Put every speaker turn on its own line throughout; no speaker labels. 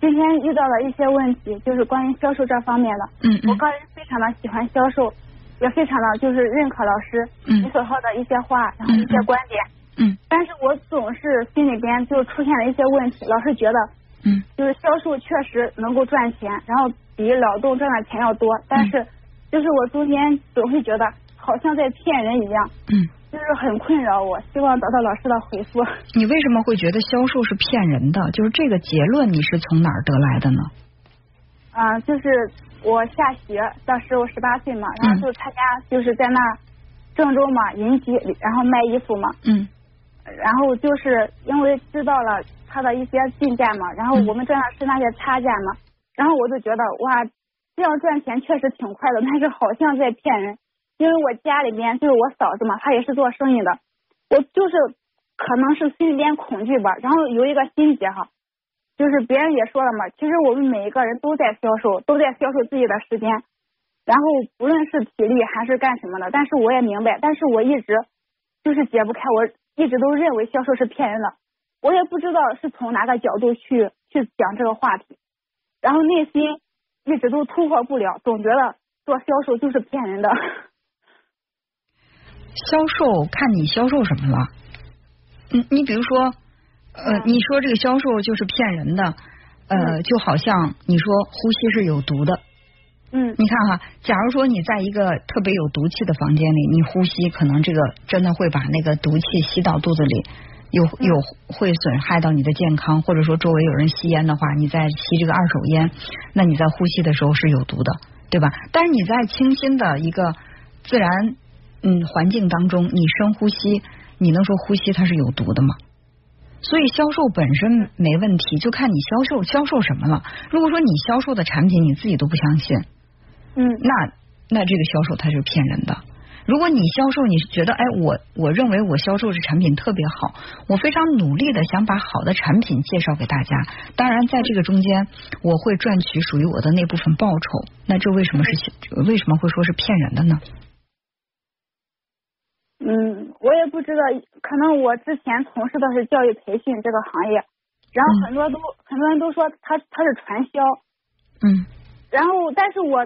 今天遇到了一些问题，就是关于销售这方面的。
嗯
我
嗯
个人非常的喜欢销售，也非常的就是认可老师
嗯
你所说的一些话，然后一些
嗯嗯
观点。
嗯
但是我总是心里边就出现了一些问题，老是觉得
嗯
就是销售确实能够赚钱，然后比劳动赚的钱要多，但是
嗯
就是我中间总会觉得好像在骗人一样，
嗯，
就是很困扰我，希望得到老师的回复。
你为什么会觉得销售是骗人的？就是这个结论你是从哪儿得来的呢？
啊、就是我下学当时我十八岁嘛，然后就参加就是在那郑州嘛银集，然后卖衣服嘛，
嗯
然后就是因为知道了它的一些进价嘛，然后
嗯
我们赚的是那些差价嘛，然后我就觉得哇，这样赚钱确实挺快的，但是好像在骗人，因为我家里边就是我嫂子嘛，她也是做生意的，我就是可能是心里边恐惧吧，然后有一个心结哈，就是别人也说了嘛，其实我们每一个人都在销售，都在销售自己的时间，然后不论是体力还是干什么的，但是我也明白，但是我一直就是解不开，我一直都认为销售是骗人的，我也不知道是从哪个角度去去讲这个话题，然后内心一直都突破不了，总觉得做销售就是骗人的。
销售看你销售什么了？你你比如说，呃，
嗯
你说这个销售就是骗人的，呃，就好像你说呼吸是有毒的。
嗯
你看哈，假如说你在一个特别有毒气的房间里，你呼吸可能这个真的会把那个毒气吸到肚子里，有有会损害到你的健康，或者说周围有人吸烟的话，你在吸这个二手烟，那你在呼吸的时候是有毒的，对吧？但是你在清新的一个自然嗯环境当中，你深呼吸，你能说呼吸它是有毒的吗？所以销售本身没问题，就看你销售销售什么了。如果说你销售的产品你自己都不相信，
嗯
那那这个销售它是骗人的。如果你销售，你是觉得哎，我我认为我销售这产品特别好，我非常努力的想把好的产品介绍给大家。当然，在这个中间，我会赚取属于我的那部分报酬。那这为什么是为什么会说是骗人的呢？
嗯，我也不知道，可能我之前从事的是教育培训这个行业，然后很多都、很多人都说他他是传销，
嗯
然后但是我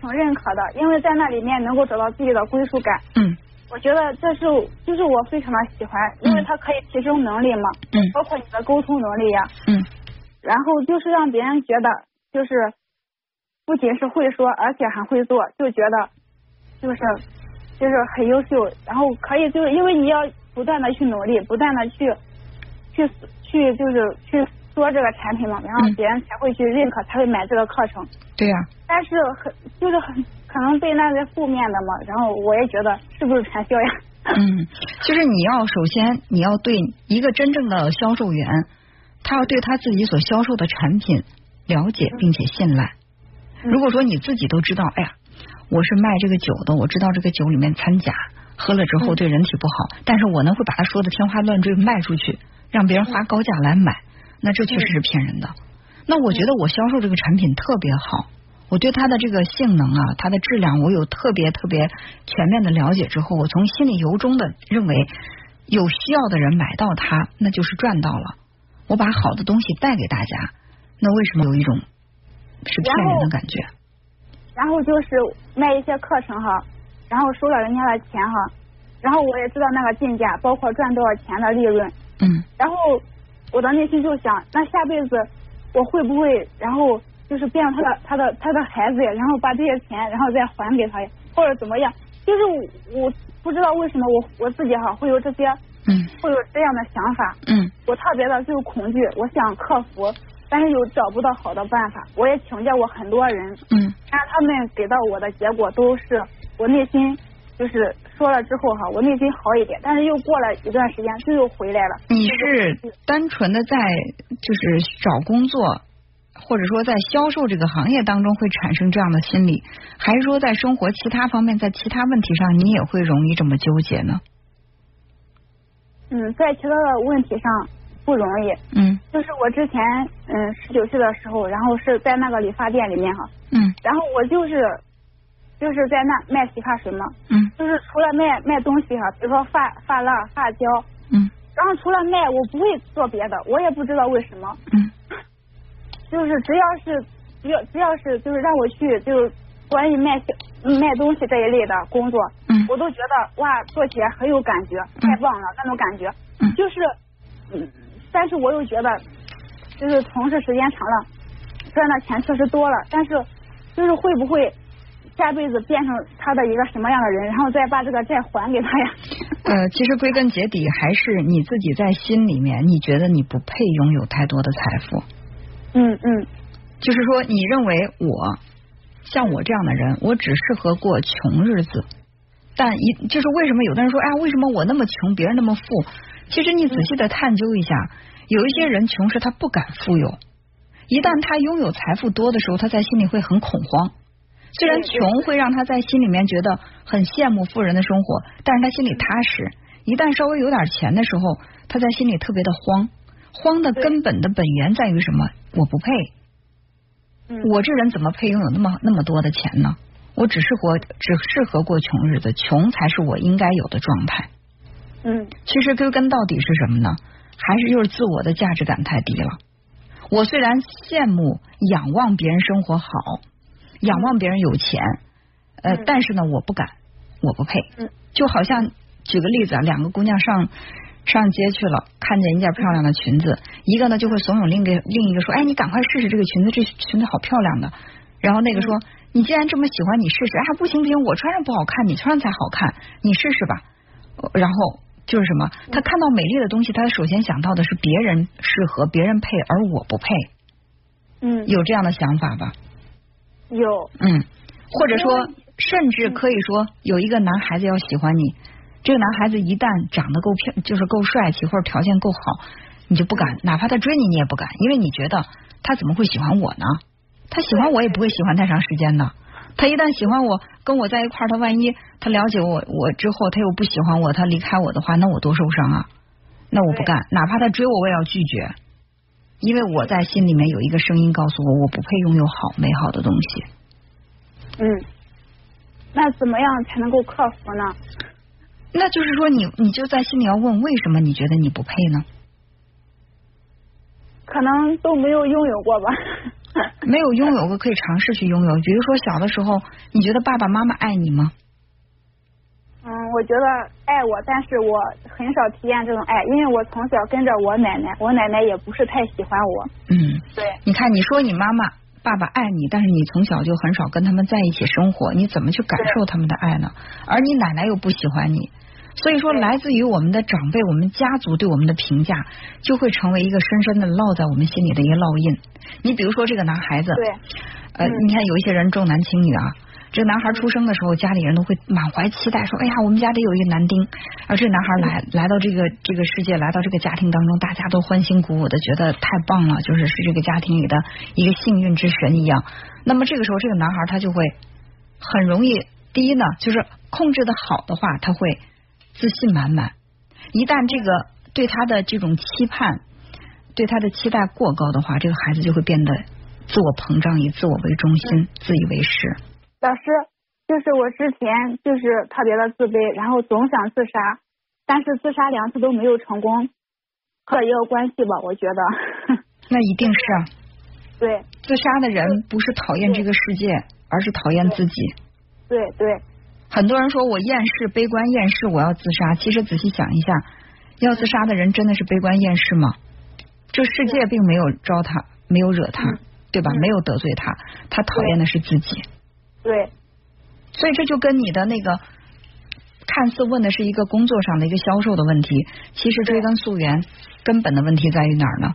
挺认可的，因为在那里面能够找到自己的归属感。
嗯
我觉得这是就是我非常的喜欢，因为它可以提升能力嘛，
嗯
包括你的沟通能力呀、
嗯
然后就是让别人觉得就是不仅是会说，而且还会做，就觉得就是就是很优秀，然后可以就是因为你要不断的去努力，不断的去去去就是去做这个产品嘛，然后
嗯
别人才会去认可，才会买这个课程。
对呀、
但是很就是很可能对那些负面的嘛，然后我也觉得是不是传销呀？
嗯，就是你要首先你要对一个真正的销售员，他要对他自己所销售的产品了解并且信赖。
嗯
如果说你自己都知道，哎呀，我是卖这个酒的，我知道这个酒里面掺假，喝了之
嗯
后对人体不好，但是我呢会把它说的天花乱坠卖出去，让别人
嗯
花高价来买，那这确实是骗人的。那我觉得我销售这个产品特别好，我对它的这个性能啊，它的质量，我有特别特别全面的了解之后，我从心里由衷的认为，有需要的人买到它，那就是赚到了。我把好的东西带给大家，那为什么有一种是骗人的感觉？
然后就是卖一些课程哈，然后收了人家的钱哈，然后我也知道那个进价，包括赚多少钱的利润，
嗯
然后我的内心就想，那下辈子我会不会，然后就是变成他的他的他的孩子呀，然后把这些钱然后再还给他呀，或者怎么样？就是我我不知道为什么我我自己哈会有这些
嗯
会有这样的想法，
嗯
我特别的就是恐惧，我想克服，但是又找不到好的办法，我也请教过很多人，
嗯
但是他们给到我的结果都是我内心就是说了之后哈，我内心好一点，但是又过了一段时间就又回来了。
你是单纯的在就是找工作，或者说在销售这个行业当中会产生这样的心理，还是说在生活其他方面，在其他问题上你也会容易这么纠结呢？
嗯，在其他的问题上不容易。
嗯
就是我之前嗯十九岁的时候，然后是在那个理发店里面哈，
嗯
然后我就是就是在那卖洗发水嘛，
嗯
就是除了卖卖东西哈，比如说发发蜡、发胶，
嗯
然后除了卖我不会做别的，我也不知道为什么。
嗯，
就是只要是只要只要是就是让我去就是关于卖小卖东西这一类的工作，
嗯
我都觉得哇做起来很有感觉，太棒了那种感觉，
嗯
就是，嗯，但是我又觉得，就是从事时间长了，赚的钱确实多了，但是就是会不会下辈子变成他的一个什么样的人，然后再把这个债还给他呀？
呃，其实归根结底还是你自己在心里面，你觉得你不配拥有太多的财富，
嗯嗯
就是说你认为我像我这样的人，我只适合过穷日子。但一就是为什么有的人说，哎呀，为什么我那么穷，别人那么富？其实你仔细的探究一下，有一些人穷是他不敢富有，一旦他拥有财富多的时候，他在心里会很恐慌。虽然
对对
穷会让他在心里面觉得很羡慕富人的生活，但是他心里踏实。一旦稍微有点钱的时候，他在心里特别的慌。慌的
对
根本的本源在于什么？我不配，
嗯，
我这人怎么配拥有那么那么多的钱呢？我只适合只适合过穷日子，穷才是我应该有的状态。
嗯
其实归根到底是什么呢？还是就是自我的价值感太低了。我虽然羡慕、仰望别人生活好，仰望别人有钱，呃，
嗯
但是呢，我不敢，我不配。
嗯
就好像举个例子，啊，两个姑娘上上街去了，看见一件漂亮的裙子，一个呢就会怂恿另一个另一个说：“哎，你赶快试试这个裙子，这裙子好漂亮的。”然后那个说：“
嗯
你既然这么喜欢，你试试。”哎，不行不行，我穿上不好看，你穿上才好看，你试试吧。呃然后就是什么，他看到美丽的东西，他首先想到的是别人适合，别人配，而我不配，
嗯，
有这样的想法吧？
有
嗯，或者
因
说
为，
甚至可以说，有一个男孩子要喜欢你，这个男孩子一旦长得够漂，就是够帅气或者条件够好，你就不敢，哪怕他追你，你也不敢，因为你觉得他怎么会喜欢我呢？他喜欢我也不会喜欢太长时间的。他一旦喜欢我，跟我在一块儿，他万一他了解我，我之后他又不喜欢我，他离开我的话，那我多受伤啊！那我不
对
干，哪怕他追我，我也要拒绝，因为我在心里面有一个声音告诉我，我不配拥有好美好的东西。
嗯，那怎么样才能够克服呢？
那就是说你，你就在心里要问，为什么你觉得你不配呢？
可能都没有拥有过 吧。
没有拥有过，可以尝试去拥有。比如说小的时候，你觉得爸爸妈妈爱你吗？
嗯，我觉得爱我，但是我很少体验这种爱，因为我从小跟着我奶奶，我奶奶也不是太喜欢我。
嗯，
对，
你看，你说你妈妈、爸爸爱你，但是你从小就很少跟他们在一起生活，你怎么去感受他们的爱呢？而你奶奶又不喜欢你，所以说，
对
来自于我们的长辈、我们家族对我们的评价，就会成为一个深深的烙在我们心里的一个烙印。你比如说这个男孩子，
对，
呃，
嗯
你看有一些人重男轻女啊。这男孩出生的时候，家里人都会满怀期待，说：“哎呀，我们家里有一个男丁。”而这男孩来来到这个这个世界，来到这个家庭当中，大家都欢欣鼓舞的，觉得太棒了，就是是这个家庭里的一个幸运之神一样。那么这个时候，这个男孩他就会很容易，第一呢，就是控制的好的话，他会自信满满；一旦这个对他的这种期盼、对他的期待过高的话，这个孩子就会变得自我膨胀，以自我为中心，自以为是。
老师，就是我之前就是特别的自卑，然后总想自杀，但是自杀两次都没有成功，这也有关系吧？我觉得，
那一定是啊，
对
自杀的人不是讨厌这个世界，而是讨厌自己。
对对，
很多人说我厌世、悲观、厌世，我要自杀。其实仔细想一下，要自杀的人真的是悲观厌世吗？这世界并没有招他，没有惹他
嗯，
对吧？
嗯
没有得罪他，他讨厌的是自己。
对
所以这就跟你的那个看似问的是一个工作上的一个销售的问题，其实追根溯源，根本的问题在于哪儿呢？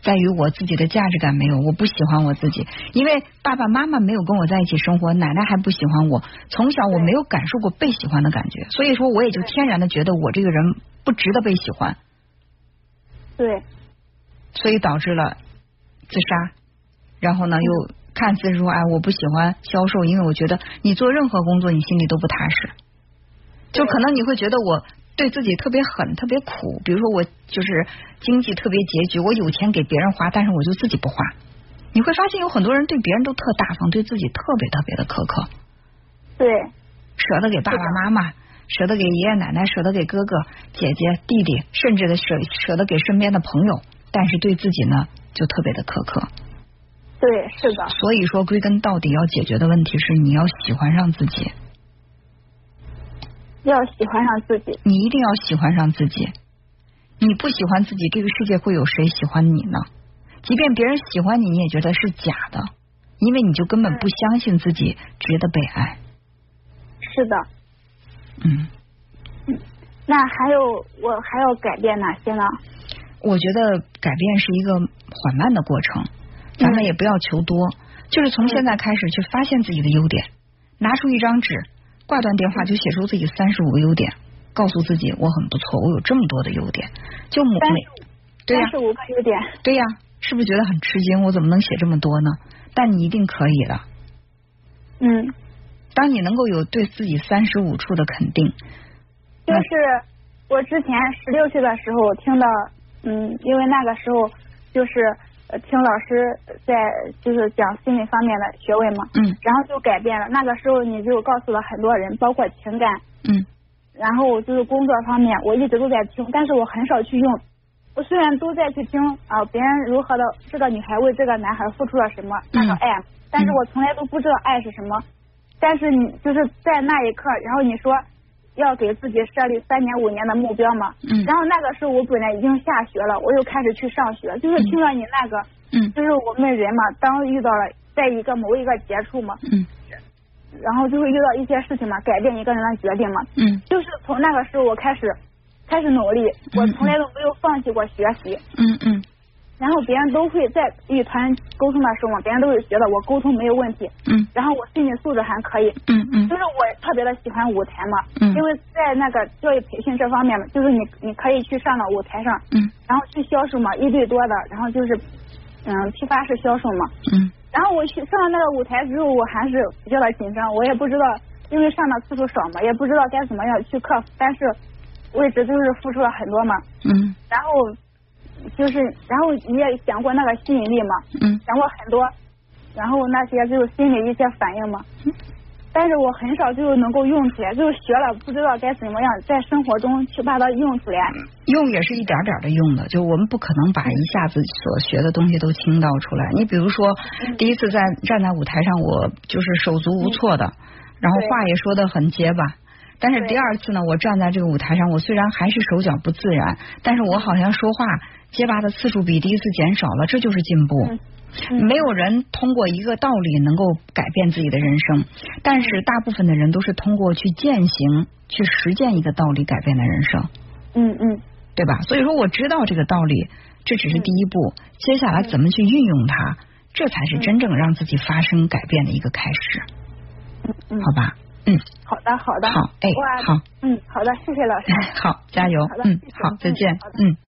在于我自己的价值感没有，我不喜欢我自己，因为爸爸妈妈没有跟我在一起生活，奶奶还不喜欢我，从小我
对
没有感受过被喜欢的感觉，所以说我也就
对
天然的觉得我这个人不值得被喜欢，
对
所以导致了自杀，然后呢又看似说哎我不喜欢销售，因为我觉得你做任何工作你心里都不踏实，就可能你会觉得我对自己特别狠，特别苦，比如说我就是经济特别拮据，我有钱给别人花，但是我就自己不花。你会发现有很多人对别人都特大方，对自己特别特别的苛刻，
对
舍得给爸爸妈妈，舍得给爷爷奶奶，舍得给哥哥姐姐弟弟，甚至的舍舍得给身边的朋友，但是对自己呢就特别的苛刻。
对，是的，
所以说，归根到底要解决的问题是你要喜欢上自己，
要喜欢上自己，
你一定要喜欢上自己。你不喜欢自己，这个世界会有谁喜欢你呢？即便别人喜欢你，你也觉得是假的，因为你就根本不相信自己值得被爱。
是的。
嗯，
那还有我还要改变哪些呢？
我觉得改变是一个缓慢的过程，
嗯
咱们也不要求多，就是从现在开始去发现自己的优点，拿出一张纸，挂断电话就写出自己三十五个优点，告诉自己我很不错，我有这么多的优点，就每每对呀、
三十五个优点，
对呀、是不是觉得很吃惊？我怎么能写这么多呢？但你一定可以的。
嗯，
当你能够有对自己三十五处的肯定，
就是我之前十六岁的时候我听到，嗯，因为那个时候就是呃听老师在就是讲心理方面的学问嘛，
嗯
然后就改变了。那个时候你就告诉了很多人，包括情感，
嗯
然后就是工作方面，我一直都在听，但是我很少去用。我虽然都在去听啊、别人如何的这个女孩为这个男孩付出了什么那个
嗯
爱，但是我从来都不知道爱是什么。但是你就是在那一刻，然后你说要给自己设立三年五年的目标嘛，
嗯
然后那个时候我本来已经下学了，我又开始去上学，就是听到你那个，
嗯
就是我们人嘛，当遇到了在一个某一个接触嘛，
嗯
然后就会遇到一些事情嘛，改变一个人的决定嘛，
嗯
就是从那个时候我开始开始努力，我从来都没有放弃过学习。
嗯嗯
然后别人都会在与团人沟通的时候嘛，别人都会觉得我沟通没有问题，
嗯
然后我心理素质还可以。
嗯嗯
就是我特别的喜欢舞台嘛，
嗯
因为在那个教育培训这方面嘛，就是你你可以去上到舞台上，
嗯
然后去销售嘛，一对多的，然后就是嗯批发式销售嘛，
嗯
然后我去上了那个舞台之后，我还是比较的紧张，我也不知道，因为上的次数少嘛，也不知道该怎么样去克服，但是我一直就是付出了很多嘛，
嗯
然后就是，然后你也想过那个吸引力嘛，
嗯
想过很多，然后那些就是心理一些反应嘛，但是我很少就是能够用起来，就是学了不知道该怎么样在生活中去把它用出来，
用也是一点儿点的用的，就我们不可能把一下子所学的东西都倾倒出来。你比如说，
嗯
第一次在站在舞台上，我就是手足无措的，然后
对
话也说的很结巴。但是
嗯对
第二次呢，我站在这个舞台上，我虽然还是手脚不自然，但是我好像说话结巴的次数比第一次减少了，这就是进步。
嗯嗯
没有人通过一个道理能够改变自己的人生，但
嗯
是大部分的人都是通过去践行、去实践一个道理改变的人生。
嗯嗯
对吧？所以说我知道这个道理，这只是第一步，接下来怎么去运用它，这才是真正让自己发生改变的一个开始，
嗯嗯，
好吧？
好的好的，
好，哎，
哇，
好，
嗯好的，谢谢老师。
好，加油
好的，
嗯
谢谢，
好，再
嗯
见
好的，
嗯。